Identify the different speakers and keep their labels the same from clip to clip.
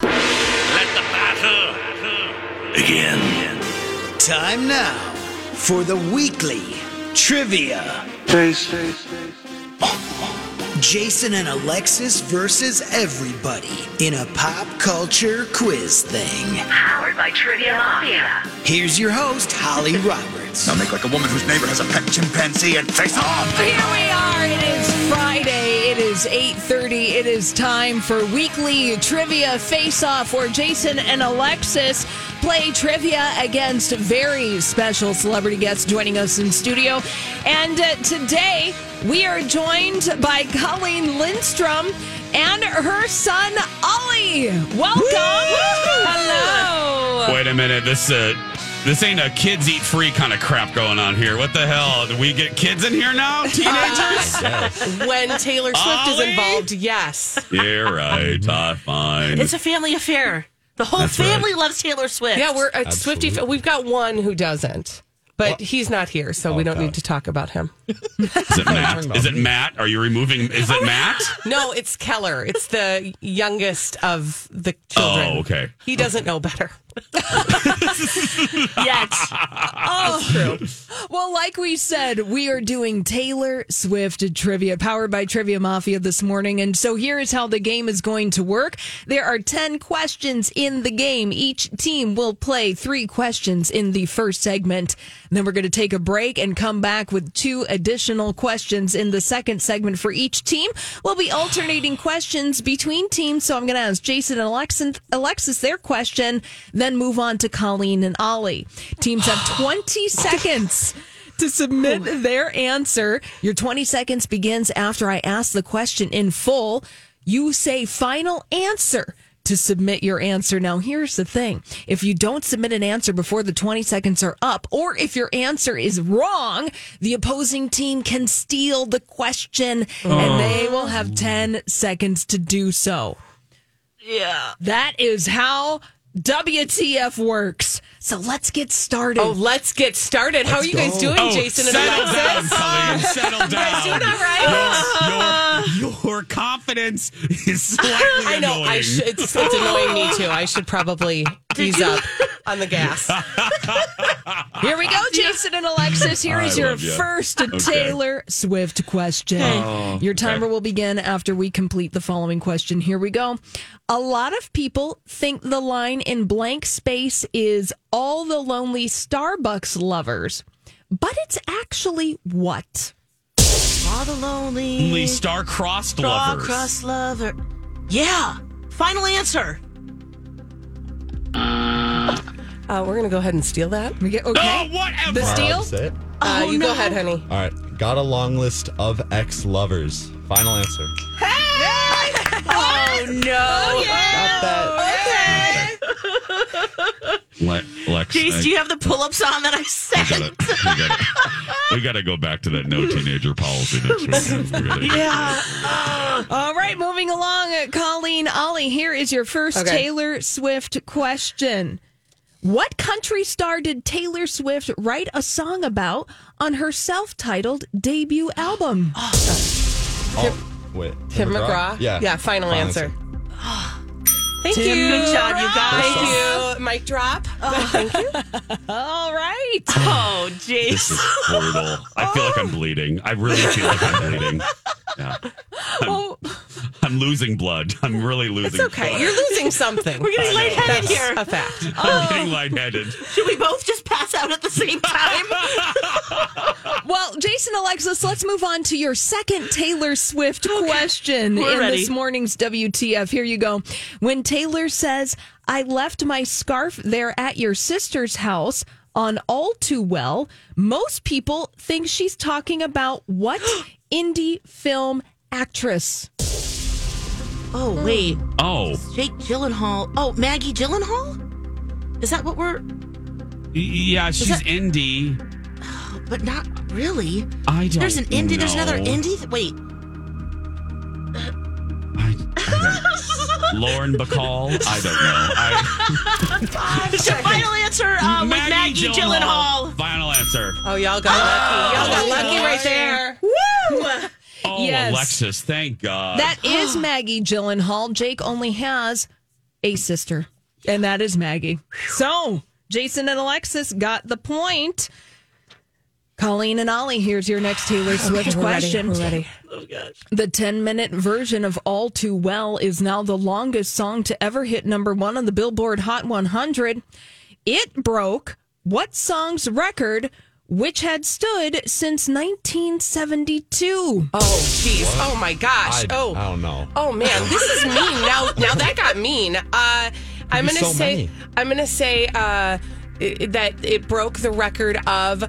Speaker 1: Let the battle begin.
Speaker 2: Time now for the weekly trivia. Jason and Alexis versus everybody in a pop culture quiz thing.
Speaker 3: Powered by Trivia Mafia.
Speaker 2: Here's your host, Holly Roberts.
Speaker 1: Now make like a woman whose neighbor has a pet chimpanzee and face off.
Speaker 4: Here we are. It is Friday. It is 8:30. It is time for weekly trivia face-off where Jason and Alexis play trivia against very special celebrity guests joining us in studio. And uh, today we are joined by Colleen Lindstrom and her son Ollie. Welcome. Hello.
Speaker 5: Wait a minute. This uh, this ain't a kids eat free kind of crap going on here. What the hell? Do we get kids in here now? Teenagers?
Speaker 6: when Taylor Swift
Speaker 5: Ollie?
Speaker 6: is involved. Yes.
Speaker 5: You're right. I fine.
Speaker 7: It's a family affair. The whole
Speaker 5: That's
Speaker 7: family
Speaker 5: right.
Speaker 7: loves Taylor Swift.
Speaker 6: Yeah, we're at Swifty. We've got one who doesn't, but he's not here, so we don't need to talk about him.
Speaker 5: Is it Matt? Oh, Is it Matt? Are you removing? Is it Matt?
Speaker 6: No, it's Keller. It's the youngest of the children.
Speaker 5: Oh, okay.
Speaker 6: He doesn't know better.
Speaker 7: yet.
Speaker 4: Well, like we said, we are doing Taylor Swift trivia powered by Trivia Mafia this morning. And so here is how the game is going to work. There are 10 questions in the game. Each team will play three questions in the first segment. Then we're going to take a break and come back with two additional questions in the second segment for each team. We'll be alternating questions between teams. So I'm going to ask Jason and Alexis, Alexis their question, then move on to Colleen and Ollie. Teams have 20 seconds to submit their answer. Your 20 seconds begins after I ask the question in full. You say final answer to submit your answer. Now, here's the thing if you don't submit an answer before the 20 seconds are up, or if your answer is wrong, the opposing team can steal the question and they will have 10 seconds to do so. Yeah. That is how WTF works. So let's get started.
Speaker 6: Oh, let's get started. How are you guys
Speaker 5: Oh.
Speaker 6: doing, Jason and
Speaker 5: settle down,
Speaker 6: Alexis?
Speaker 5: Colleen. Settle down.
Speaker 6: doing all right?
Speaker 5: Your, your, your confidence is slightly
Speaker 6: I know.
Speaker 5: Annoying.
Speaker 6: I should. It's, it's annoying me too. I should probably ease up on the gas.
Speaker 4: Here we go, Jason and Alexis. Here
Speaker 5: I
Speaker 4: is your
Speaker 5: love ya.
Speaker 4: first Taylor Swift question. your timer will begin after we complete the following question. Here we go. A lot of people think the line in blank space is all the lonely Starbucks lovers, but it's actually what?
Speaker 7: All the lonely,
Speaker 5: Only star-crossed lovers.
Speaker 7: star-crossed lover. Yeah. Final answer.
Speaker 6: Uh, we're gonna go ahead and steal that.
Speaker 4: We get-
Speaker 5: Oh,
Speaker 4: Okay.
Speaker 5: whatever.
Speaker 4: The steal?
Speaker 8: Upset.
Speaker 6: Uh,
Speaker 7: Oh,
Speaker 6: you
Speaker 7: no.
Speaker 6: go ahead, honey.
Speaker 8: All right. Got a long list of ex lovers. Final answer.
Speaker 7: Oh no.
Speaker 8: Not that.
Speaker 5: Le- Lex,
Speaker 7: Jace,
Speaker 5: I-
Speaker 7: do you have the pull-ups on that I
Speaker 5: gotta-
Speaker 7: sent?
Speaker 5: we gotta- we got to go back to that no teenager policy. Next week. We gotta-
Speaker 7: Yeah.
Speaker 4: All right, moving along. Uh, Colleen, Ollie, here is your first
Speaker 6: Okay.
Speaker 4: Taylor Swift question. What country star did Taylor Swift write a song about on her self titled debut album?
Speaker 8: Oh, wait.
Speaker 6: Tim McGraw.
Speaker 8: Yeah.
Speaker 6: Yeah. Final, answer. Thank
Speaker 7: Tim,
Speaker 6: you.
Speaker 7: good job, you guys.
Speaker 6: Thank you. Mic drop.
Speaker 4: All right.
Speaker 7: Oh,
Speaker 5: This is
Speaker 7: Jace.
Speaker 5: brutal. I feel like I'm bleeding. I really feel like I'm bleeding. Yeah. I'm, I'm losing blood. I'm really losing
Speaker 6: It's okay.
Speaker 5: blood.
Speaker 6: You're losing something.
Speaker 7: We're getting lightheaded
Speaker 6: That's
Speaker 7: here.
Speaker 6: a fact.
Speaker 7: Oh.
Speaker 5: I'm getting lightheaded.
Speaker 7: Should we both just pass out at the same time?
Speaker 4: Well, Jason Alexis, let's move on to your second Taylor Swift question
Speaker 7: We're
Speaker 4: in
Speaker 7: ready.
Speaker 4: this morning's WTF. Here you go. When Taylor says, I left my scarf there at your sister's house on All Too Well, most people think she's talking about what indie film actress?
Speaker 7: Oh, wait.
Speaker 5: Oh,
Speaker 7: Jake Gyllenhaal. Oh, Maggie Gyllenhaal? Is that what we're.
Speaker 5: y- yeah, she's
Speaker 7: that-
Speaker 5: Indy.
Speaker 7: But not really.
Speaker 5: I don't.
Speaker 7: There's an indie. There's another
Speaker 5: know.
Speaker 7: indie. Th- wait.
Speaker 5: I, I don't- Lauren Bacall. I don't know. I,
Speaker 7: It's your final answer uh, with Maggie Gyllenhaal.
Speaker 5: Final answer.
Speaker 6: Oh, y'all got lucky. Y'all got
Speaker 7: Oh,
Speaker 6: lucky right there.
Speaker 5: Oh,
Speaker 4: Yes.
Speaker 5: Alexis, thank God.
Speaker 4: That is Maggie Gyllenhaal. Jake only has a sister, and that is Maggie. So Jason and Alexis got the point. Colleen and Ollie, here's your next Taylor Swift question. The 10 minute version of All Too Well is now the longest song to ever hit number one on the Billboard Hot 100. It broke what song's record, which had stood since 1972?
Speaker 6: Oh, jeez. Oh, my gosh.
Speaker 8: I,
Speaker 6: oh.
Speaker 8: I don't know.
Speaker 6: Oh man, this is mean. Now, now that got mean. Uh, I'm
Speaker 8: There's
Speaker 6: gonna
Speaker 8: so
Speaker 6: say,
Speaker 8: many.
Speaker 6: I'm gonna say uh, i- that it broke the record of.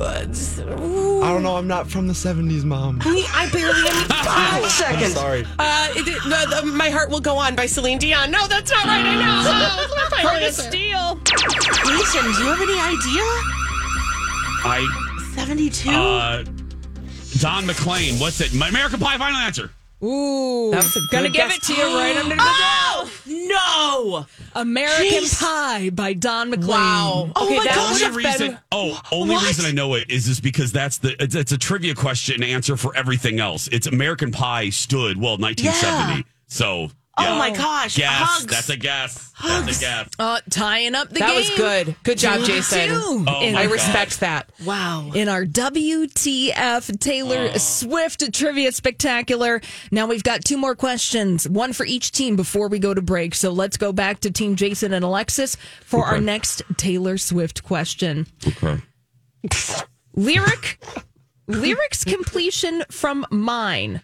Speaker 6: Uh, s- ooh,
Speaker 8: I don't know. I'm not from the 70s, mom.
Speaker 6: me- I barely am. Five
Speaker 8: I'm
Speaker 6: seconds.
Speaker 8: sorry.
Speaker 6: Uh, it- it- the- the- my heart will go on by Celine Dion. No, that's not right. I know. Oh, my heart is
Speaker 4: Steal.
Speaker 7: Jason, do you have any idea?
Speaker 5: I
Speaker 7: 72?
Speaker 5: uh, Don McLean. What's it? My American Pie. Final answer.
Speaker 4: Ooh.
Speaker 6: was a good
Speaker 4: gonna give
Speaker 6: guess.
Speaker 4: it to you right under the
Speaker 7: oh, no.
Speaker 4: Oh! American
Speaker 7: Jeez.
Speaker 4: Pie by Don McLean.
Speaker 6: Wow.
Speaker 7: Oh
Speaker 6: Okay,
Speaker 7: my
Speaker 6: that
Speaker 7: gosh.
Speaker 5: Only
Speaker 6: would have
Speaker 5: reason.
Speaker 6: been.
Speaker 5: oh, only
Speaker 7: What?
Speaker 5: reason I know it is is because that's the it's, it's a trivia question answer for everything else. It's American Pie stood well 1970.
Speaker 7: Yeah.
Speaker 5: So.
Speaker 7: Oh my gosh.
Speaker 5: Guess.
Speaker 7: Hugs.
Speaker 5: That's a guess. That's
Speaker 7: Hugs. Oh.
Speaker 5: a guess.
Speaker 4: Uh, tying up the
Speaker 6: That
Speaker 4: game.
Speaker 6: was good. Good job,
Speaker 4: Two to
Speaker 6: Jason.
Speaker 4: two
Speaker 5: Oh
Speaker 4: in,
Speaker 5: my
Speaker 6: I
Speaker 5: God.
Speaker 6: respect that.
Speaker 7: Wow.
Speaker 4: in our WTF Taylor Swift Trivia Spectacular. Now we've got two more questions, one for each team before we go to break. So let's go back to Team Jason and Alexis for our next Taylor Swift question.
Speaker 5: Okay.
Speaker 4: lyric lyrics completion from mine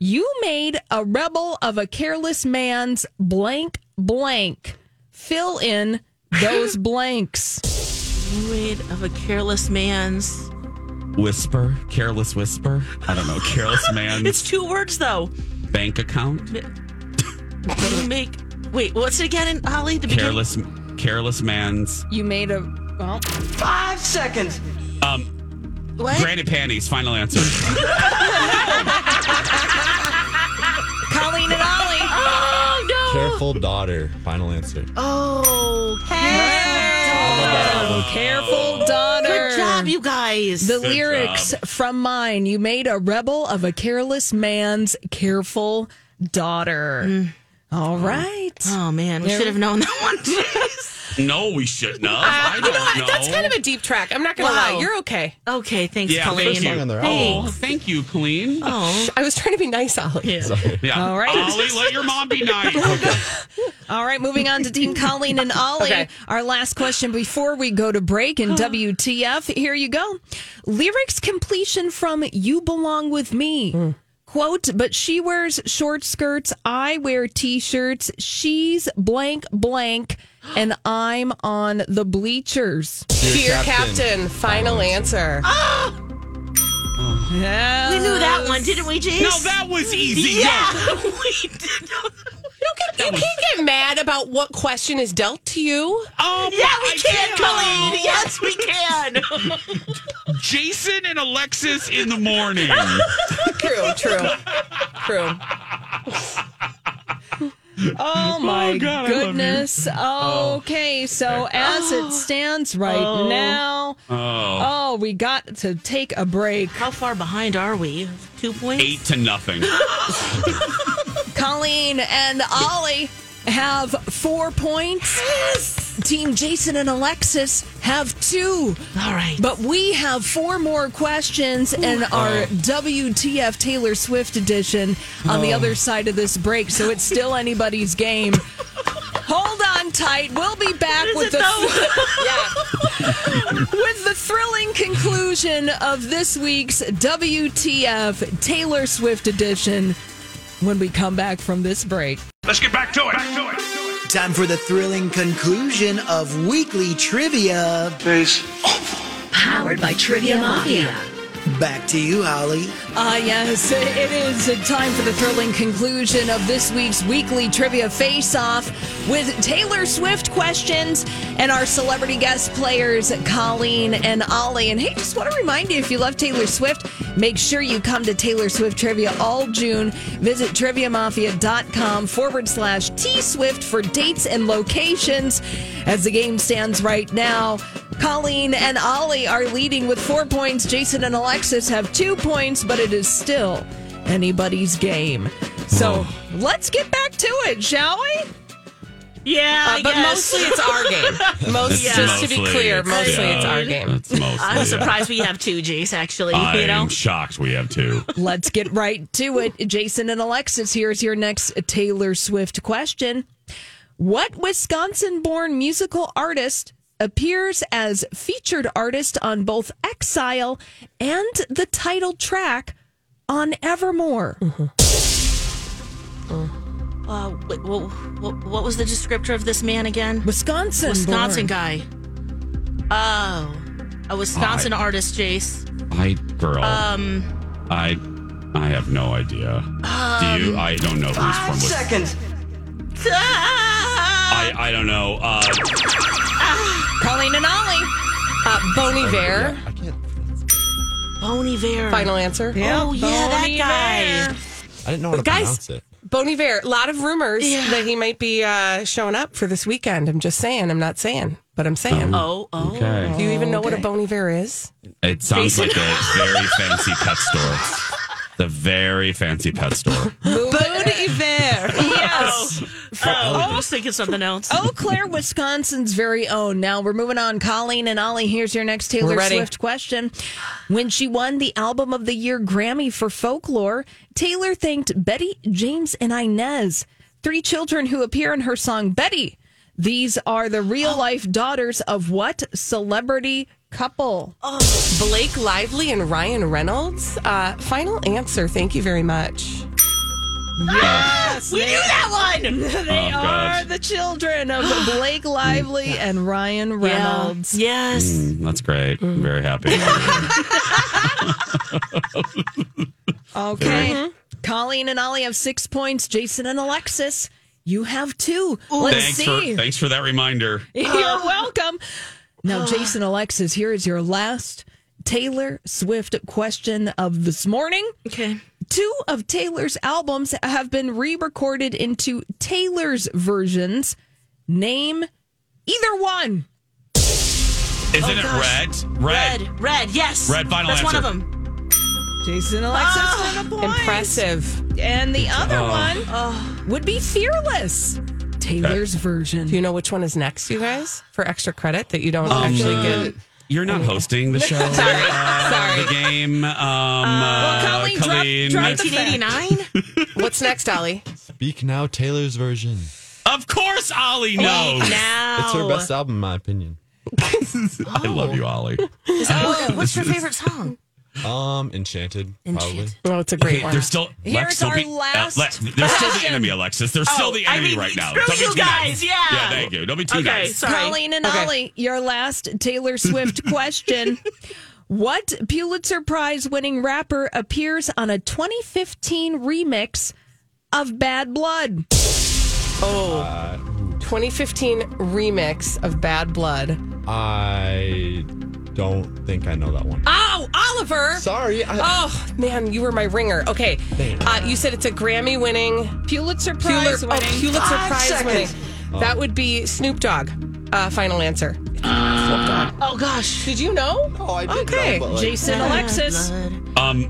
Speaker 4: you made a rebel of a careless man's blank blank fill in those blanks
Speaker 7: Void of a careless man's.
Speaker 5: Whisper. Careless whisper. I don't know. Careless
Speaker 7: It's
Speaker 5: man's
Speaker 7: two words, though.
Speaker 5: bank account.
Speaker 7: You make. Wait, what's it again, in Holly? The beginning?
Speaker 5: Careless. Careless man's.
Speaker 4: you made a well
Speaker 7: What?
Speaker 5: Granny panties. Final answer.
Speaker 4: colleen and ollie
Speaker 8: Careful daughter. Final answer.
Speaker 7: Oh,
Speaker 4: Oh, careful daughter
Speaker 7: Good job, you guys.
Speaker 4: the
Speaker 5: Good
Speaker 4: lyrics
Speaker 5: job.
Speaker 4: from mine you made a rebel of a careless man's careful daughter
Speaker 6: Mm.
Speaker 4: all right
Speaker 7: oh, man. We should have known that one.
Speaker 5: no, we shouldn't
Speaker 7: Uh,
Speaker 5: have. I
Speaker 6: you
Speaker 5: don't
Speaker 6: know, what?
Speaker 5: know.
Speaker 6: that's kind of a deep track. I'm not gonna
Speaker 7: Wow.
Speaker 6: lie. You're okay.
Speaker 7: okay, thanks,
Speaker 5: yeah.
Speaker 7: Colleen.
Speaker 5: Thank you.
Speaker 8: on there.
Speaker 5: Oh, thank you, Colleen.
Speaker 7: Oh.
Speaker 6: I was trying to be nice, Ollie.
Speaker 5: Yeah.
Speaker 4: All right.
Speaker 5: Ollie, let your mom be nice.
Speaker 4: All right, moving on to Team Colleen and Ollie.
Speaker 6: Okay.
Speaker 4: Our last question before we go to break in WTF. Here you go. Lyrics completion from You Belong With Me.
Speaker 5: Mm.
Speaker 4: Quote, but she wears short skirts, I wear t shirts, she's blank blank, and I'm on the bleachers.
Speaker 8: Dear,
Speaker 6: Dear Captain, final, answer.
Speaker 4: Yeah.
Speaker 7: We knew that one, didn't we, Jace?
Speaker 5: No, that was easy.
Speaker 7: Yeah, we did know that one.
Speaker 6: You can't get mad about what question is dealt to you.
Speaker 5: Oh,
Speaker 7: Yeah, we
Speaker 5: my
Speaker 7: can,
Speaker 5: God.
Speaker 7: Colleen. Yes, we can.
Speaker 5: Jason and Alexis in the morning.
Speaker 6: True, true, true.
Speaker 4: Oh my
Speaker 5: God, I love you. Oh.
Speaker 4: goodness. Okay, so as it stands right now,
Speaker 5: Uh.
Speaker 4: oh, we got to take a break.
Speaker 7: How far behind are we? Two points.
Speaker 5: Eight to nothing.
Speaker 4: Colleen and Ollie have four points. Team Jason and Alexis have two.
Speaker 7: All right.
Speaker 4: But we have four more questions in
Speaker 7: Oh.
Speaker 4: our WTF Taylor Swift edition on the other side of this break. So it's still anybody's game. Hold on tight. We'll be back
Speaker 7: it
Speaker 4: with the
Speaker 7: though?
Speaker 4: with the thrilling conclusion of this week's WTF Taylor Swift edition when we come back from this break.
Speaker 1: Let's get back to it. Back to it.
Speaker 2: Time for the thrilling conclusion of weekly trivia.
Speaker 1: Please.
Speaker 3: Powered by Trivia Mafia.
Speaker 2: Back to you, Holly.
Speaker 4: Ah, yes, it is time for the thrilling conclusion of this week's weekly trivia face off with Taylor Swift questions and our celebrity guest players, Colleen and Ollie. And hey, just want to remind you if you love Taylor Swift, make sure you come to Taylor Swift Trivia all June. Visit triviamafia.com forward slash T Swift for dates and locations. As the game stands right now, Colleen and Ollie are leading with four points. Jason and Alexis have two points, but it is still anybody's game. So let's get back to it, shall we?
Speaker 7: Yeah,
Speaker 6: Uh,
Speaker 7: I
Speaker 6: but
Speaker 7: guess.
Speaker 6: mostly it's our game. Most,
Speaker 7: It's
Speaker 6: just to be
Speaker 5: mostly-
Speaker 6: clear,
Speaker 5: it's-
Speaker 6: mostly
Speaker 7: yeah.
Speaker 6: it's our game.
Speaker 5: That's mostly.
Speaker 7: I'm
Speaker 5: it.
Speaker 7: surprised we have two Jace. Actually, you
Speaker 5: I'm
Speaker 7: know.
Speaker 5: shocked we have two.
Speaker 4: Let's get right to it. Jason and Alexis, here's your next Taylor Swift question. What Wisconsin born musical artist appears as featured artist on both Exile and the title track on Evermore?
Speaker 7: Uh, wait, what, what, what was the descriptor of this man again?
Speaker 4: Wisconsin.
Speaker 7: Wisconsin
Speaker 4: born.
Speaker 7: guy. Oh, a Wisconsin artist, Jace.
Speaker 5: I girl. Um. I. I have no idea. Do you? I don't know who's from. Wis-
Speaker 7: Ah!
Speaker 5: I. I don't know. Uh,
Speaker 6: Colleen and Ollie. Uh, Bon Iver.
Speaker 8: Oh, I can't.
Speaker 7: Bon Iver.
Speaker 6: Final answer.
Speaker 7: Oh yeah, that guy.
Speaker 8: I didn't know how to
Speaker 6: Guys.
Speaker 8: pronounce it.
Speaker 6: Bon Iver. A lot of rumors that he might be uh, showing up for this weekend. I'm just saying. I'm not saying, but I'm saying.
Speaker 7: Oh, oh.
Speaker 5: okay.
Speaker 6: Do you even know what a Bon Iver is?
Speaker 5: It sounds like a very fancy pet store. The very fancy pet store.
Speaker 6: Bon Iver.
Speaker 7: Yes. Oh, I was thinking something else.
Speaker 4: Eau Claire, Wisconsin's very own. Now we're moving on. Colleen and Ollie, here's your next
Speaker 6: We're
Speaker 4: Taylor
Speaker 6: ready.
Speaker 4: Swift question. When she won the Album of the Year Grammy for Folklore, Taylor thanked Betty, James, and Inez, three children who appear in her song Betty. These are the real
Speaker 6: Oh.
Speaker 4: life daughters of what celebrity couple?
Speaker 6: Oh, Blake Lively and Ryan Reynolds. Uh, final answer. Thank you very much.
Speaker 7: we knew that one.
Speaker 4: They
Speaker 5: God.
Speaker 4: are the children of Blake Lively and Ryan Reynolds.
Speaker 7: Yes.
Speaker 5: Mm, That's great. I'm very happy.
Speaker 4: Okay.
Speaker 5: Mm-hmm.
Speaker 4: Colleen and Ollie have six points. Jason and Alexis, you have two. Let's
Speaker 5: thanks
Speaker 4: see.
Speaker 5: for thanks for that reminder.
Speaker 4: You're welcome. Now, Jason, Alexis, here is your last Taylor Swift question of this morning.
Speaker 7: Okay.
Speaker 4: Two of Taylor's albums have been re recorded into Taylor's versions. Name either one.
Speaker 5: Isn't it
Speaker 7: gosh.
Speaker 5: red? Red.
Speaker 7: Red. Red. Yes.
Speaker 5: Red, final
Speaker 7: That's one of
Speaker 5: answer.
Speaker 7: them.
Speaker 4: Jason, Alexis,
Speaker 7: Oh,
Speaker 4: with a point.
Speaker 6: Impressive.
Speaker 4: And the other one would be Fearless. Taylor's version.
Speaker 6: Do you know which one is next, you guys, for extra credit that you don't
Speaker 5: Um,
Speaker 6: actually get?
Speaker 5: You're not hosting the show.
Speaker 6: Sorry.
Speaker 5: uh,
Speaker 6: Sorry.
Speaker 5: The game. Um, uh,
Speaker 4: Colleen, drop-
Speaker 5: Colleen.
Speaker 4: drop the-
Speaker 7: 1989.
Speaker 6: What's next, Ollie?
Speaker 8: Speak now, Taylor's version.
Speaker 5: of course, Ollie knows.
Speaker 7: now.
Speaker 8: It's her best album, in my opinion.
Speaker 5: I love you, Ollie.
Speaker 7: Is that- what- Oh, what's your favorite song?
Speaker 8: Um, Enchanted, probably.
Speaker 7: Enchanted.
Speaker 6: Oh, it's a great one.
Speaker 5: There's still
Speaker 4: Here's
Speaker 5: don't
Speaker 4: our
Speaker 5: be-
Speaker 4: last
Speaker 5: they're still the
Speaker 4: question.
Speaker 5: enemy, Alexis. They're still
Speaker 7: Oh,
Speaker 5: the
Speaker 7: I
Speaker 5: enemy
Speaker 7: mean,
Speaker 5: right now.
Speaker 7: screw
Speaker 5: Don't be
Speaker 7: you
Speaker 5: too nice.
Speaker 7: guys, yeah.
Speaker 5: Yeah, thank you. Don't be too
Speaker 7: Okay.
Speaker 5: nice.
Speaker 7: Sorry.
Speaker 4: Colleen and
Speaker 6: Okay.
Speaker 4: Ollie, your last Taylor Swift question. what Pulitzer Prize winning rapper appears on a 2015 remix of Bad Blood?
Speaker 6: Oh. 2015 remix of Bad Blood.
Speaker 8: I don't think I know that one.
Speaker 6: Oh, Oliver.
Speaker 8: Sorry. I,
Speaker 6: Oh, man, you were my ringer. Okay. Uh, you said it's a Grammy winning,
Speaker 4: Pulitzer
Speaker 6: Pulitzer,
Speaker 4: Prize
Speaker 6: oh,
Speaker 4: winning.
Speaker 6: Pulitzer Prize
Speaker 8: Oh.
Speaker 6: winning. That would be Snoop Dogg. Uh, final answer.
Speaker 7: Oh gosh.
Speaker 6: Did you know?
Speaker 8: oh, I did
Speaker 6: okay.
Speaker 8: know, but like,
Speaker 4: Jason Alexis.
Speaker 5: Um,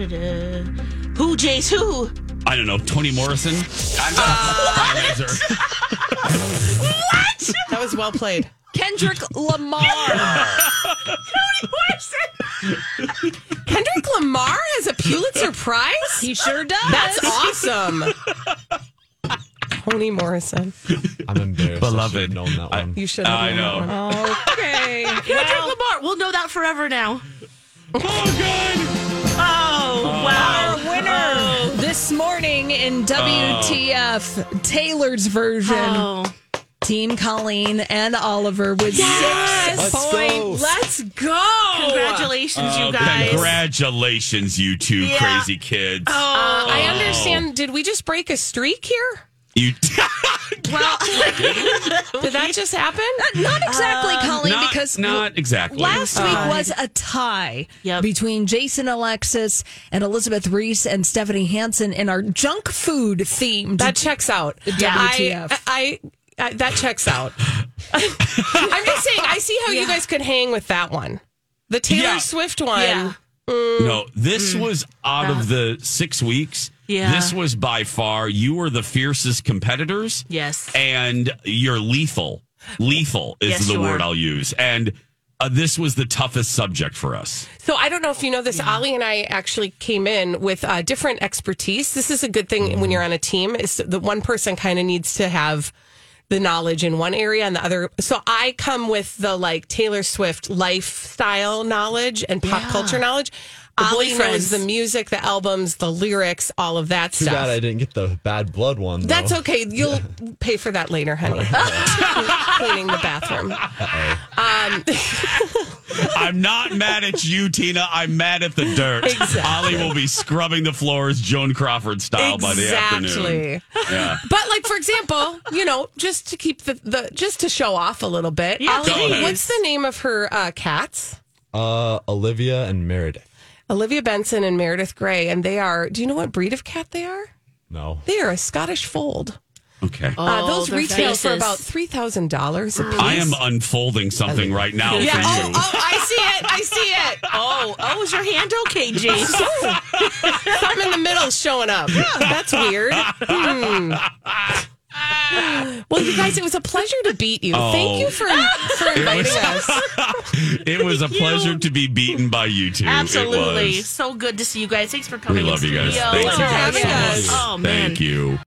Speaker 7: Who, Jace? Who?
Speaker 5: I don't know. Toni Morrison. Uh, I'm not
Speaker 6: That was well played.
Speaker 4: Kendrick Lamar.
Speaker 6: Kendrick Lamar has a Pulitzer Prize?
Speaker 4: he sure does.
Speaker 6: That's awesome. Toni Morrison.
Speaker 8: I'm embarrassed.
Speaker 5: Beloved.
Speaker 8: I should have known that
Speaker 5: I-
Speaker 8: one.
Speaker 6: You should have.
Speaker 5: I know.
Speaker 6: Okay.
Speaker 7: Kendrick Lamar. We'll know that forever now.
Speaker 5: Oh,
Speaker 7: Oh, wow.
Speaker 4: winner
Speaker 6: Oh.
Speaker 4: this morning in WTF Taylor's version.
Speaker 7: Oh.
Speaker 4: Team Colleen and Oliver with
Speaker 6: Yes!
Speaker 4: six
Speaker 8: Let's go.
Speaker 4: points.
Speaker 6: Let's go.
Speaker 7: Congratulations,
Speaker 5: Oh,
Speaker 7: you guys.
Speaker 5: Congratulations, you two
Speaker 7: Yeah.
Speaker 5: crazy kids.
Speaker 4: Oh,
Speaker 5: Oh,
Speaker 6: Uh, I understand. Did we just break a streak here?
Speaker 5: You
Speaker 6: Well, did that just happen?
Speaker 4: Not exactly, Colleen,
Speaker 5: not,
Speaker 4: because
Speaker 5: not exactly.
Speaker 4: Last week was a tie
Speaker 7: Yep.
Speaker 4: between Jason Alexis and Elizabeth Reese and Stephanie Hansen in our junk food themed.
Speaker 6: That checks out.
Speaker 4: WTF.
Speaker 6: I, I, I that checks out. I'm just saying. I see how you guys could hang with that one, the Taylor
Speaker 5: Yeah.
Speaker 6: Swift one.
Speaker 7: Yeah.
Speaker 5: No, this was out of the six weeks.
Speaker 7: Yeah.
Speaker 5: This was by far, you were the fiercest competitors.
Speaker 7: Yes.
Speaker 5: And you're lethal. Lethal is
Speaker 7: Yes,
Speaker 5: the
Speaker 7: you
Speaker 5: word
Speaker 7: are.
Speaker 5: I'll use. And uh, this was the toughest subject for us.
Speaker 6: So I don't know if you know this. Ali and I actually came in with uh, different expertise. This is a good thing when you're on a team. Is that one person kind of needs to have the knowledge in one area and the other. So I come with the like Taylor Swift lifestyle knowledge and pop culture knowledge. Ali knows
Speaker 7: boyfriends.
Speaker 6: the music, the albums, the lyrics, all of that
Speaker 8: Too
Speaker 6: stuff.
Speaker 8: bad I didn't get the bad blood one. though.
Speaker 6: That's okay. You'll pay for that later, honey. Cleaning the bathroom.
Speaker 5: I'm not mad at you, Tina. I'm mad at the dirt. Ollie will be scrubbing the floors Joan Crawford style by the afternoon.
Speaker 6: Exactly.
Speaker 5: Yeah.
Speaker 6: But like for example, you know, just to keep the, the just to show off a little bit.
Speaker 7: Yeah,
Speaker 6: Ali,
Speaker 5: please.
Speaker 6: what's the name of her uh, cats?
Speaker 8: Uh, Olivia and Meredith.
Speaker 6: Olivia Benson and Meredith Grey, and they are. Do you know what breed of cat they are?
Speaker 8: No.
Speaker 6: They are a Scottish Fold.
Speaker 5: Okay.
Speaker 6: uh,
Speaker 7: Oh,
Speaker 6: those
Speaker 7: their
Speaker 6: retail for
Speaker 7: faces.
Speaker 6: about three thousand dollars a piece.
Speaker 5: I am unfolding something right now
Speaker 6: Yeah.
Speaker 5: for
Speaker 6: Oh,
Speaker 5: you.
Speaker 6: oh, I see it. I see it.
Speaker 7: Oh, oh, is your hand okay, Jason?
Speaker 6: I'm in the middle showing up. That's weird. Hmm. Well, you guys, it was a pleasure to beat you. Thank you for, for inviting us.
Speaker 5: It was a pleasure to be beaten by you two. It
Speaker 7: Absolutely.
Speaker 5: was.
Speaker 7: So good to see you guys. Thanks for coming.
Speaker 5: We love
Speaker 7: in
Speaker 5: you guys.
Speaker 7: studio.
Speaker 5: Thank
Speaker 6: Thanks for
Speaker 5: you.
Speaker 6: having
Speaker 5: guys so
Speaker 6: us.
Speaker 5: much.
Speaker 7: Oh man.
Speaker 5: Thank you.